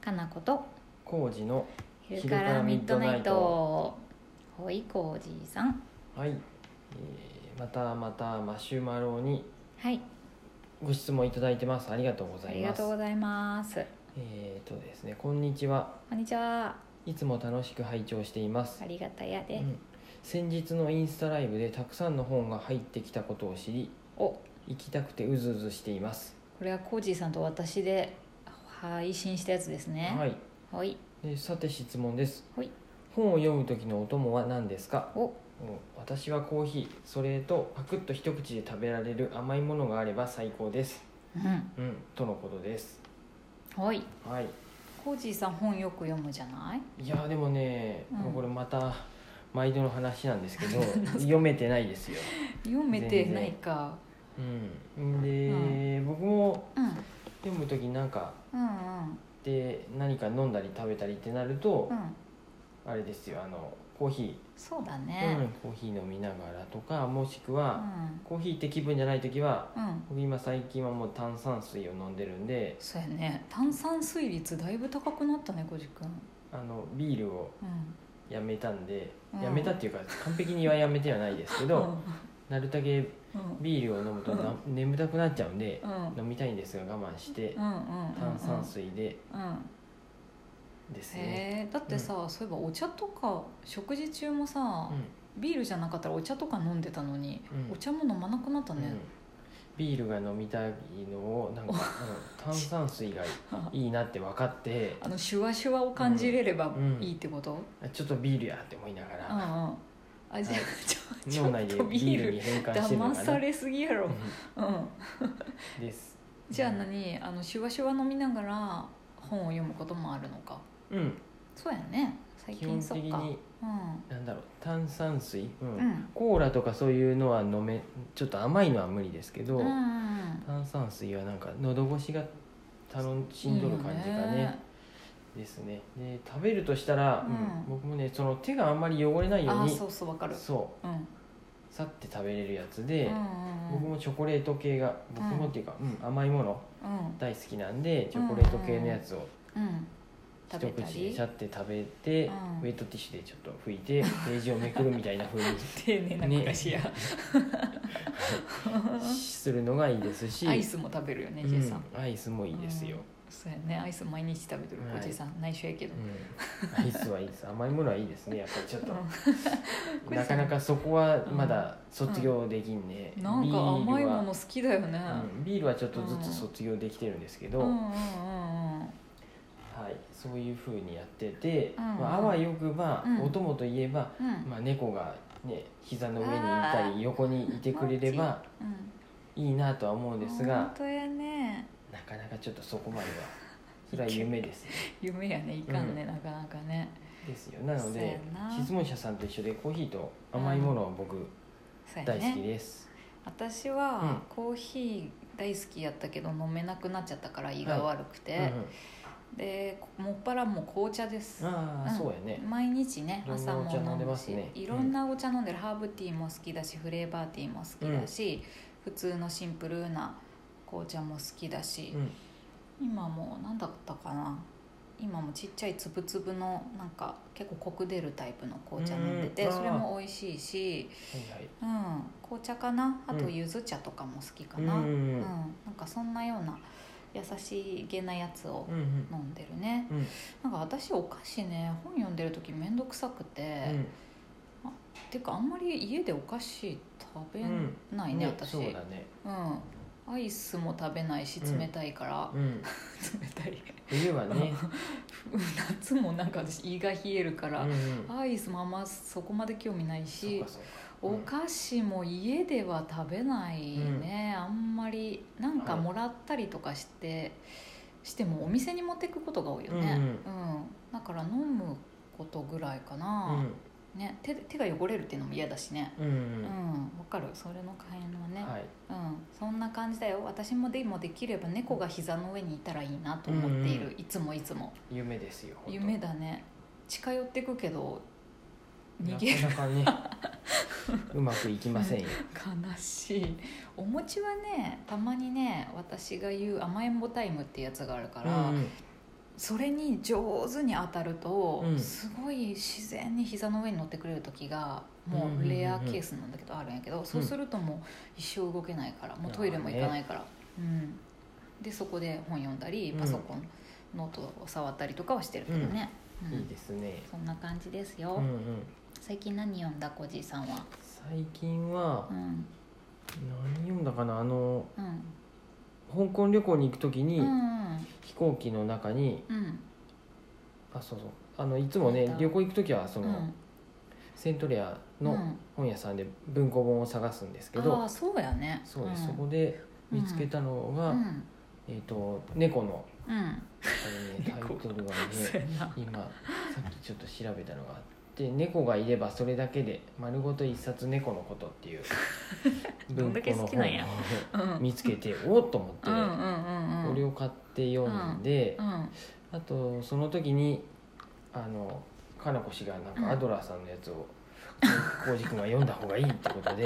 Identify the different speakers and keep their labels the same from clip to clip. Speaker 1: かなこと
Speaker 2: 工事の
Speaker 1: 昼からミッドナイトほいこうじさん
Speaker 2: はい、えーまたまたマシュマロに
Speaker 1: はい
Speaker 2: ご質問いただいてますありがとうござ
Speaker 1: あ
Speaker 2: い
Speaker 1: りが
Speaker 2: ます
Speaker 1: とうございます
Speaker 2: えー、とですねこんにちは
Speaker 1: こんにちはい
Speaker 2: つも楽しく拝聴しています、
Speaker 1: ありがたやで、
Speaker 2: うん先日のインスタライブでたくさんの本が入ってきたことを知り
Speaker 1: おこ
Speaker 2: 行きたくてうずうずしています、
Speaker 1: れはこうじさんと私で配信したやつですね
Speaker 2: はい
Speaker 1: ほい
Speaker 2: でさて質問です、
Speaker 1: はい
Speaker 2: 本を読む時のお供は何ですか
Speaker 1: お
Speaker 2: うん私はコーヒーそれとパクッと一口で食べられる甘いものがあれば最高です、
Speaker 1: うん
Speaker 2: うん、とのことです
Speaker 1: ほい
Speaker 2: はい
Speaker 1: こうじさん本よく読むじゃない
Speaker 2: いやーでもね、
Speaker 1: うん
Speaker 2: これまた毎度の話なんですけ ど読めてないですよ、
Speaker 1: 読めてないか
Speaker 2: うん、で、僕も
Speaker 1: うん
Speaker 2: 読む時なんか
Speaker 1: うんうん
Speaker 2: で何か飲んだり食べたりってなると
Speaker 1: う、ん
Speaker 2: あれですよあのコーヒ
Speaker 1: そうだ
Speaker 2: ー、
Speaker 1: ね
Speaker 2: うん、コーヒー飲みながらとかもしく
Speaker 1: う
Speaker 2: は、
Speaker 1: ん
Speaker 2: コーヒーって気分じゃない時は
Speaker 1: うん
Speaker 2: 僕今最近はもう炭酸水を飲んでるんで
Speaker 1: そうやね炭酸水率だいぶ高くなったねこじくん
Speaker 2: あのビールを
Speaker 1: うん
Speaker 2: やめたんで、
Speaker 1: うん
Speaker 2: やめたっていうか完璧にはやめてはないですけど、なるだけ
Speaker 1: うんうん
Speaker 2: ビールを飲むとな、眠たくなっちゃうんで
Speaker 1: う、んうん
Speaker 2: 飲みたいんですが我慢して、
Speaker 1: うんうんうん
Speaker 2: 炭酸水で
Speaker 1: うん
Speaker 2: ですね、
Speaker 1: へえだってさ、そういえばお茶とか食事中もさ、ビールじゃなかったらお茶とか飲んでたのに、
Speaker 2: うん
Speaker 1: お茶も飲まなくなった
Speaker 2: うんうん
Speaker 1: ね、
Speaker 2: ビールが飲みたいのをなんか、うん炭酸水がいいなって分かって
Speaker 1: あのシュワシュワを感じれれば
Speaker 2: うん
Speaker 1: いいってこと、うん
Speaker 2: あちょっとビールやって思いなが
Speaker 1: うん
Speaker 2: ら、
Speaker 1: あじゃあちょ ちょ
Speaker 2: 脳内
Speaker 1: っ
Speaker 2: で
Speaker 1: とビ
Speaker 2: ビー
Speaker 1: ー
Speaker 2: ル
Speaker 1: ル
Speaker 2: に変換してるの
Speaker 1: 騙
Speaker 2: か
Speaker 1: さ
Speaker 2: な
Speaker 1: れすぎやろ、うん、
Speaker 2: うんです
Speaker 1: じゃあ何あのシュワシュワ飲みながら本を読むこともあるのか
Speaker 2: うん
Speaker 1: そうやね 最
Speaker 2: 基本
Speaker 1: 近
Speaker 2: 的
Speaker 1: そっか
Speaker 2: に
Speaker 1: う
Speaker 2: なんだろう炭酸水、うん
Speaker 1: んうん
Speaker 2: コーラとかそういうのは飲めちょっと甘いのは無理ですけど、
Speaker 1: うんうん
Speaker 2: 炭酸水はなんか喉越しが楽しんどる感じがね
Speaker 1: いいよね
Speaker 2: ですねで食べるとしたら、
Speaker 1: うん
Speaker 2: うん僕もねその手があんまり汚れないよう
Speaker 1: あ
Speaker 2: に
Speaker 1: そうそうわかる
Speaker 2: そ
Speaker 1: うんうん
Speaker 2: うさって食べれるやつで、
Speaker 1: うん
Speaker 2: 僕もチョコレート系が僕もっていうか、うん甘いもの
Speaker 1: うん
Speaker 2: 大好きなんでチョコレート系のやつを
Speaker 1: うん
Speaker 2: 一
Speaker 1: 食べた
Speaker 2: 口で
Speaker 1: り
Speaker 2: シャって食べて、
Speaker 1: うん
Speaker 2: ウェットティッシュでちょっと拭いてページをめくるみたいな風 に
Speaker 1: 丁寧な暮らしや、
Speaker 2: するのがいいですし
Speaker 1: アイスも食べるよね
Speaker 2: うん
Speaker 1: じいさん、
Speaker 2: アイスもいいですよ、
Speaker 1: そうやねアイス毎日食べてる
Speaker 2: はい
Speaker 1: おじいさん内緒やけど、
Speaker 2: うんアイスはいいです甘いものはいいですねやっぱりちょっと
Speaker 1: う。ん これ
Speaker 2: な
Speaker 1: さ
Speaker 2: かなかそこはまだ卒業できんね、
Speaker 1: なんか甘いもの好きだよね、
Speaker 2: ビールは、うんビールはちょっとずつ卒業できてるんですけ
Speaker 1: うん、
Speaker 2: ど、
Speaker 1: うんうん
Speaker 2: はい、そういうふうにやってて、
Speaker 1: うん
Speaker 2: まあ、あわよくば、
Speaker 1: うん
Speaker 2: お供といえば、
Speaker 1: うんうん
Speaker 2: まあ、猫がね膝の上にいた
Speaker 1: あー
Speaker 2: り横にいてくれれば
Speaker 1: うん
Speaker 2: いいなとは思うんです
Speaker 1: 本
Speaker 2: が
Speaker 1: 当やね
Speaker 2: なかなかちょっとそこまではそれは夢で すね
Speaker 1: 夢やねいかんね、なかなかね
Speaker 2: ですよなの
Speaker 1: そうや
Speaker 2: で
Speaker 1: な
Speaker 2: 質問者さんと一緒でコーヒーと甘いものは僕
Speaker 1: そうや
Speaker 2: 大好き
Speaker 1: ね
Speaker 2: です、
Speaker 1: 私
Speaker 2: う
Speaker 1: は
Speaker 2: ん
Speaker 1: コーヒー大好きやったけど飲めなくなっちゃったから胃が悪くて、
Speaker 2: うんうん
Speaker 1: でもっぱらもう紅茶です
Speaker 2: ああ、
Speaker 1: うん
Speaker 2: そうやね、
Speaker 1: 毎日ね
Speaker 2: いろん
Speaker 1: 朝
Speaker 2: なお
Speaker 1: も
Speaker 2: 茶飲んで
Speaker 1: 飲む
Speaker 2: ます
Speaker 1: し
Speaker 2: ね
Speaker 1: いろんなお茶飲んでる、ハーブティーも好きだしフレーバーティーも好きだし、普通のシンプルな紅茶も好きだし
Speaker 2: う、ん
Speaker 1: 今もう何だったかな今もちっちゃいつぶつぶのなんか結構コク出るタイプの紅茶飲んでて、
Speaker 2: うん
Speaker 1: それも美味しいし、
Speaker 2: はいはい
Speaker 1: うん、紅茶かなあと
Speaker 2: うん
Speaker 1: ゆず茶とかも好きかな、う
Speaker 2: う
Speaker 1: んん
Speaker 2: うんうん
Speaker 1: なんかそんなような優しげなやつを
Speaker 2: うんうん
Speaker 1: 飲んでるね、
Speaker 2: うん
Speaker 1: なんか私お菓子ね本読んでる時めんどくさくて、ていうかあんまり家でお菓子食べないね、私
Speaker 2: そうだね、
Speaker 1: うんアイスも食べないし
Speaker 2: うん
Speaker 1: 冷たいから、
Speaker 2: う ん、
Speaker 1: 冷たい
Speaker 2: 冬は ね、
Speaker 1: 夏もなんか私胃が冷えるか
Speaker 2: うん
Speaker 1: ら、
Speaker 2: うん、
Speaker 1: アイスもあんまそこまで興味ない
Speaker 2: そう
Speaker 1: し
Speaker 2: かそうか
Speaker 1: お菓子も家では食べないね、あんまりなんかもらったりとかして、してもお店に持っていくことが多いよね、うんだから飲むことぐらいかな、ね、手手が汚れるっていうのも嫌だしね
Speaker 2: うんうん
Speaker 1: うんわかるそれの買いの
Speaker 2: う
Speaker 1: ね、
Speaker 2: んはい
Speaker 1: うん、そんな感じだよ私もでもできれば猫が膝の上にいたらいいなと思っている、
Speaker 2: うん
Speaker 1: いつもいつも
Speaker 2: 夢ですよほんと
Speaker 1: 夢だね近寄ってくけど逃げる
Speaker 2: なかなか ねうまくいきませんよ、
Speaker 1: 悲しいお餅はねたまにね私が言う甘えんぼタイムってやつがあるから、
Speaker 2: うん
Speaker 1: それに上手に当たると、
Speaker 2: うん
Speaker 1: すごい自然に膝の上に乗ってくれる時がも
Speaker 2: んうんうんう
Speaker 1: うんうレアケースなんだけどあるんやけど、そうするともう一生動けないからもうトイレも行かないから、うん、でそこで本読んだり
Speaker 2: うん
Speaker 1: パソコン、ノートを触ったりとかはしてるけどね、うん
Speaker 2: いいですね。
Speaker 1: そんな感じですよ、
Speaker 2: うんうん。
Speaker 1: 最近何読んだこじいさんは
Speaker 2: 最近は
Speaker 1: うん
Speaker 2: 何読んだかなあの
Speaker 1: うん
Speaker 2: 香港旅行に行くとき
Speaker 1: う
Speaker 2: に
Speaker 1: ん
Speaker 2: 飛行機の中に
Speaker 1: うん
Speaker 2: あそうそうあのいつも
Speaker 1: な
Speaker 2: ね
Speaker 1: んだ
Speaker 2: 旅行行く時はそ
Speaker 1: うん
Speaker 2: のセントレア
Speaker 1: う
Speaker 2: の
Speaker 1: ん
Speaker 2: 本屋さんで文庫本を探すんですけ
Speaker 1: あ
Speaker 2: ど
Speaker 1: あそうやね
Speaker 2: そうです
Speaker 1: ん
Speaker 2: そこで見つけたの
Speaker 1: う
Speaker 2: が
Speaker 1: ん
Speaker 2: えっと猫の
Speaker 1: うん
Speaker 2: あ れねタイトルが
Speaker 1: そう
Speaker 2: ね
Speaker 1: やな
Speaker 2: 今さっきちょっと調べたのがあって「猫がいればそれだけで丸ごと一冊猫のこと」っていう
Speaker 1: どんだけ好きなんや
Speaker 2: 本を
Speaker 1: うん
Speaker 2: 見つけておっと思って、
Speaker 1: うんうんうんうん
Speaker 2: これを買って読んで
Speaker 1: う、ん
Speaker 2: あとその時にあのかなこ氏がなんかアドラーさんのやつを浩司君は読んだ方がいいってこと で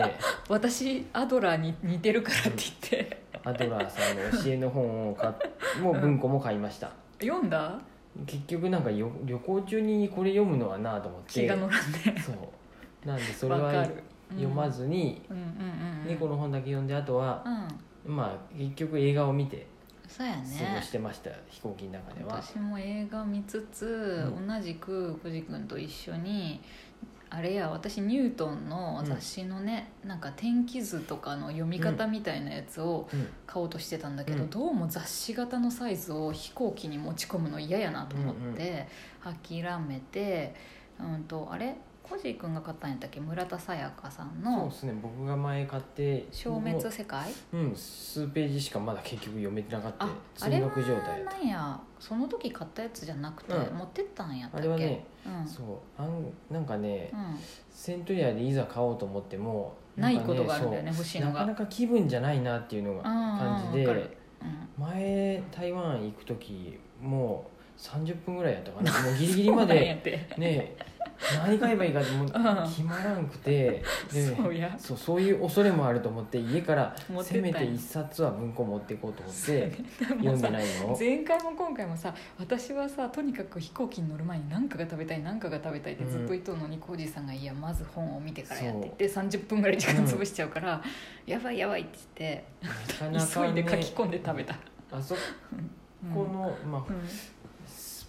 Speaker 1: 私アドラーに似てるからって言って
Speaker 2: アドラーさんの教えの本を買っもう文庫も買いました。
Speaker 1: 読んだ
Speaker 2: 結局なんかよ旅行中にこれ読むのはなと思って
Speaker 1: 気が乗らんね
Speaker 2: そうなんでそれ
Speaker 1: わか
Speaker 2: は
Speaker 1: る
Speaker 2: 読ま
Speaker 1: ず
Speaker 2: ずに
Speaker 1: うんうんうんうん
Speaker 2: 猫の本だけ読んであとは
Speaker 1: うん
Speaker 2: まあ結局映画を見て
Speaker 1: そうや
Speaker 2: 過
Speaker 1: ね
Speaker 2: ごしてました飛行機の中では
Speaker 1: 私も映画見つつ、
Speaker 2: う
Speaker 1: 同じくくじくんと一緒にあれや私ニュートンの雑誌のね、なんか天気図とかの読み方みたいなやつを
Speaker 2: うん
Speaker 1: 買おうとしてたんだけど、
Speaker 2: うん
Speaker 1: どうも雑誌型のサイズを飛行機に持ち込むの嫌やなと思って諦めて、うん、とあれコジー君が買ったんやったっけ村田沙耶香さん
Speaker 2: そう
Speaker 1: の
Speaker 2: ですね僕が前買って
Speaker 1: 「消滅
Speaker 2: も
Speaker 1: 世界」
Speaker 2: ううん数ページしかまだ結局読めてなかった
Speaker 1: ああ
Speaker 2: 積
Speaker 1: れ
Speaker 2: ん
Speaker 1: は
Speaker 2: どく状態だっ
Speaker 1: なんやその時買ったやつじゃなくて、
Speaker 2: うん
Speaker 1: 持ってったんやった
Speaker 2: た
Speaker 1: っ
Speaker 2: あ
Speaker 1: け
Speaker 2: れはね
Speaker 1: うん
Speaker 2: そうあんなんかね
Speaker 1: うん
Speaker 2: セントリアでいざ買おうと思っても
Speaker 1: ない
Speaker 2: んか
Speaker 1: ことがあるんだよね欲し
Speaker 2: そう
Speaker 1: いの
Speaker 2: な
Speaker 1: が
Speaker 2: かなか気分じゃないなっていうのが感じ
Speaker 1: うんうんわ
Speaker 2: で
Speaker 1: かるうん
Speaker 2: 前台湾行く時もう30分ぐらいやっ たかなもうギリギリ
Speaker 1: そ
Speaker 2: ま
Speaker 1: うなんやっ
Speaker 2: で
Speaker 1: て
Speaker 2: ね何買えばいいか
Speaker 1: う
Speaker 2: もう
Speaker 1: ん
Speaker 2: 決まらんくてで
Speaker 1: そうや
Speaker 2: そうそういう恐れもあると思って家から
Speaker 1: 持って
Speaker 2: せ
Speaker 1: ったん
Speaker 2: め
Speaker 1: や
Speaker 2: て一冊は文庫持っていこうと思っ
Speaker 1: そうや
Speaker 2: て
Speaker 1: ね
Speaker 2: 読んでないのを
Speaker 1: 前回も今回もさ私はさとにかく飛行機に乗る前に何かが食べたい何かが食べたいってずっと言っとるのに浩司、さんが「いやまず本を見てからや」って言って30分ぐらい時間潰しちゃうから「やばいやばい」って
Speaker 2: なか
Speaker 1: 言
Speaker 2: な
Speaker 1: って急
Speaker 2: か、
Speaker 1: い
Speaker 2: ね
Speaker 1: で、書き込んで食べた、
Speaker 2: あそこ
Speaker 1: うん
Speaker 2: の、ま
Speaker 1: う
Speaker 2: あ、
Speaker 1: ん
Speaker 2: ス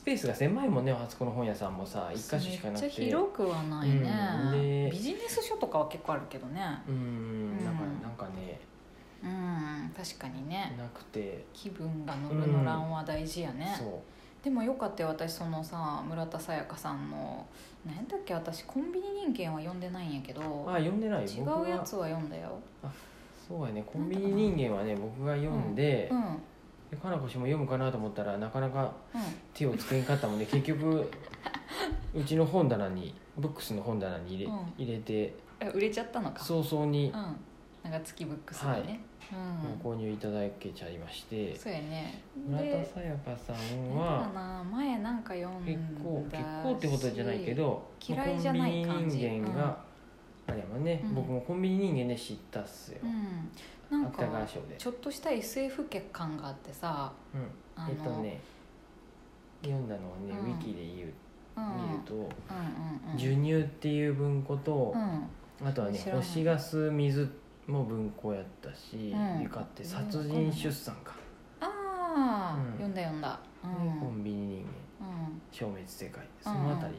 Speaker 2: スペースが狭いもんねあそこの本屋さんもさ一箇所しかなくて
Speaker 1: めっちゃ広くはないね、
Speaker 2: うんで
Speaker 1: ビジネス書とかは結構あるけどね
Speaker 2: うんなんか
Speaker 1: うん
Speaker 2: なんかね
Speaker 1: うん確かにね
Speaker 2: なくて
Speaker 1: 気分が乗る乗らんは大事やね、
Speaker 2: そう
Speaker 1: でもよかったよ私そのさ村田沙耶香さんの何だっけ私コンビニ人間は読んでないんやけど
Speaker 2: あ読んでないよ
Speaker 1: 違
Speaker 2: 僕は
Speaker 1: うやつは読んだよ
Speaker 2: そうやねコンビニ人間はね僕が読んで、
Speaker 1: うんうん
Speaker 2: でかなこ氏も読むかなと思ったらなかなか手をつけんかっ たもんで結局うちの本棚にブックスの本棚に入れ,、
Speaker 1: うん
Speaker 2: 入れて
Speaker 1: え売れちゃったのか
Speaker 2: 早々に
Speaker 1: うんなんか月ブックスでね、うん
Speaker 2: ご購入いただけちゃいまして、
Speaker 1: そうやね
Speaker 2: 村田
Speaker 1: で
Speaker 2: 沙耶香さん
Speaker 1: なんだ
Speaker 2: は
Speaker 1: かな前なんか読んだし
Speaker 2: 結構結構ってことじゃないけど
Speaker 1: 嫌いじゃない
Speaker 2: コン
Speaker 1: 感
Speaker 2: ビ
Speaker 1: じ
Speaker 2: ニ人間が、あれもね、
Speaker 1: うん
Speaker 2: 僕もコンビニ人間で知ったっすよ、
Speaker 1: うんなん
Speaker 2: 芥川
Speaker 1: か
Speaker 2: 賞で、
Speaker 1: ちょっとした SF 血感があってさ
Speaker 2: うん、
Speaker 1: あの、
Speaker 2: えっとね読んだのはね、
Speaker 1: うん
Speaker 2: ウィキで言う
Speaker 1: うん、うん
Speaker 2: 見ると、
Speaker 1: うんうん
Speaker 2: 授乳っていう文庫と、
Speaker 1: うん
Speaker 2: あとはね
Speaker 1: 知らない
Speaker 2: 星が吸う水も文庫やったし、
Speaker 1: うん
Speaker 2: 床って殺人出産か、
Speaker 1: ああ、
Speaker 2: うん
Speaker 1: 読んだ読んだ、う
Speaker 2: で
Speaker 1: ん
Speaker 2: コンビニ人間
Speaker 1: うん
Speaker 2: 消滅世界そのあたり、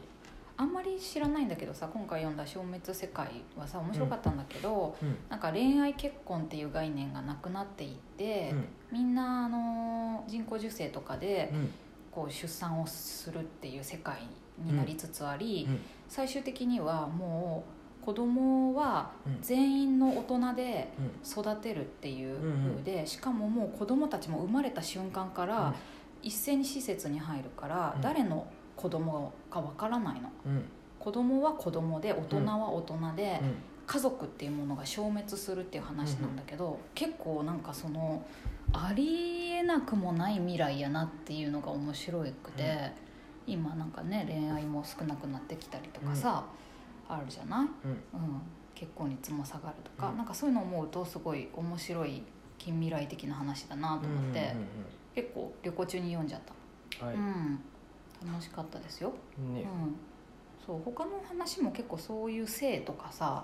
Speaker 1: あんまり知らないんだけどさ今回読んだ「消滅世界」はさ面白かったんだけど、
Speaker 2: うん
Speaker 1: なんか恋愛結婚っていう概念がなくなっていって、
Speaker 2: うん
Speaker 1: みんなあのー人工授精とかで
Speaker 2: うん
Speaker 1: こう出産をするっていう世界になりつつあり、
Speaker 2: うん
Speaker 1: 最終的にはもう子供は全員の大人で
Speaker 2: うん
Speaker 1: 育てるっていう風で、しかももう子供たちも生まれた瞬間から、一斉に施設に入るから、
Speaker 2: うん
Speaker 1: 誰の子供かわからないの
Speaker 2: うんうん
Speaker 1: 子供は子供で大人は大人で、
Speaker 2: うん
Speaker 1: 家族っていうものが消滅するっていう話なんだけど、結構なんかそのありえなくもない未来やなっていうのが面白くて、今なんかね恋愛も少なくなってきたりとかさ、あるじゃない、うん、結婚率も下がるとか、
Speaker 2: うん
Speaker 1: なんかそういうのを思うとすごい面白い近未来的な話だなと思って、
Speaker 2: うんうんうん
Speaker 1: 結構旅行中に読んじゃった。
Speaker 2: は
Speaker 1: うん、楽しかったですよ、
Speaker 2: い
Speaker 1: うん
Speaker 2: ね、
Speaker 1: そう他の話も結構そういう性とかさ、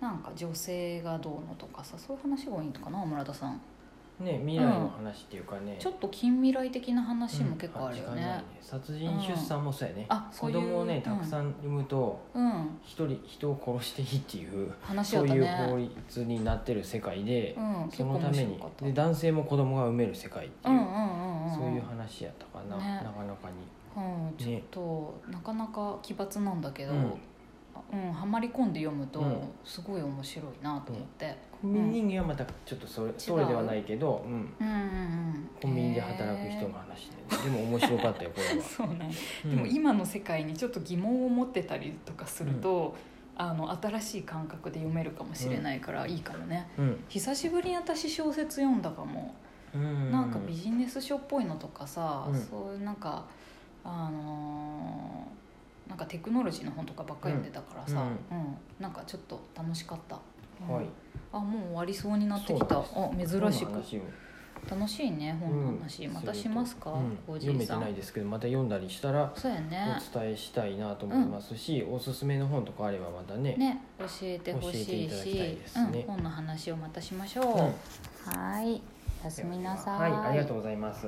Speaker 1: なんか女性がどうのとかさそういう話が多いのかな村田さん
Speaker 2: ね未来の話っていうかね、
Speaker 1: ちょっと近未来的な話も結構あるよ
Speaker 2: うん時間ない
Speaker 1: ね
Speaker 2: ね、殺人出産もそうやね、
Speaker 1: あそういう
Speaker 2: 子供を
Speaker 1: う
Speaker 2: ね
Speaker 1: ん
Speaker 2: たくさん産むと
Speaker 1: うん、
Speaker 2: 一人人を殺していいっ ていう
Speaker 1: 話だ
Speaker 2: そ
Speaker 1: っ
Speaker 2: う
Speaker 1: た
Speaker 2: いう
Speaker 1: ね
Speaker 2: 法律になってる世界で、
Speaker 1: うん、結
Speaker 2: そ
Speaker 1: 構
Speaker 2: のた
Speaker 1: 面
Speaker 2: め
Speaker 1: 白
Speaker 2: に
Speaker 1: かった
Speaker 2: で男性も子供が産める世界って
Speaker 1: う
Speaker 2: い
Speaker 1: ん
Speaker 2: う、
Speaker 1: うんうんうん
Speaker 2: そういう話やったかな、
Speaker 1: ね
Speaker 2: なかなかに
Speaker 1: うん、ちょっと、なかなか奇抜なんだけど、
Speaker 2: う
Speaker 1: うんんはまり込んで読むと、
Speaker 2: うん
Speaker 1: すごい面白いなと思って、
Speaker 2: コンビニ人間はまたちょっとそれそれではないけど、うん、
Speaker 1: うん、うんうん
Speaker 2: コンビニで働く人の話で、でも面白かったよこれは
Speaker 1: へー、そうね、
Speaker 2: うん
Speaker 1: でも今の世界にちょっと疑問を持ってたりとかすると、あの新しい感覚で読めるかもしれないから、いいかもね
Speaker 2: うん
Speaker 1: 久しぶりに私小説読んだかも、
Speaker 2: うん、
Speaker 1: なんかビジネス書っぽいのとかさ、
Speaker 2: うん
Speaker 1: そういうなんかあのーなんかテクノロジーの本とかばっかり読んでたからさ、うんなんかちょっと楽しかった、うん
Speaker 2: はい
Speaker 1: あもう終わりそうになってきたあ
Speaker 2: そうなんです
Speaker 1: 珍し
Speaker 2: 本
Speaker 1: く
Speaker 2: の話を
Speaker 1: 楽しいね本の話、
Speaker 2: うん
Speaker 1: またしますか、
Speaker 2: うん
Speaker 1: おじ
Speaker 2: 読
Speaker 1: い
Speaker 2: めて
Speaker 1: さ
Speaker 2: なんいですけどまた読んだりしたら
Speaker 1: そうやね
Speaker 2: お伝えしたいなと思いますし、おすすめの本とかあればまたね
Speaker 1: ね教えてほしい
Speaker 2: 教え
Speaker 1: して
Speaker 2: いただきたいですね
Speaker 1: うん、本の話をまたしましょう、
Speaker 2: うん
Speaker 1: はいおやすみなさ
Speaker 2: はいありがとうございます。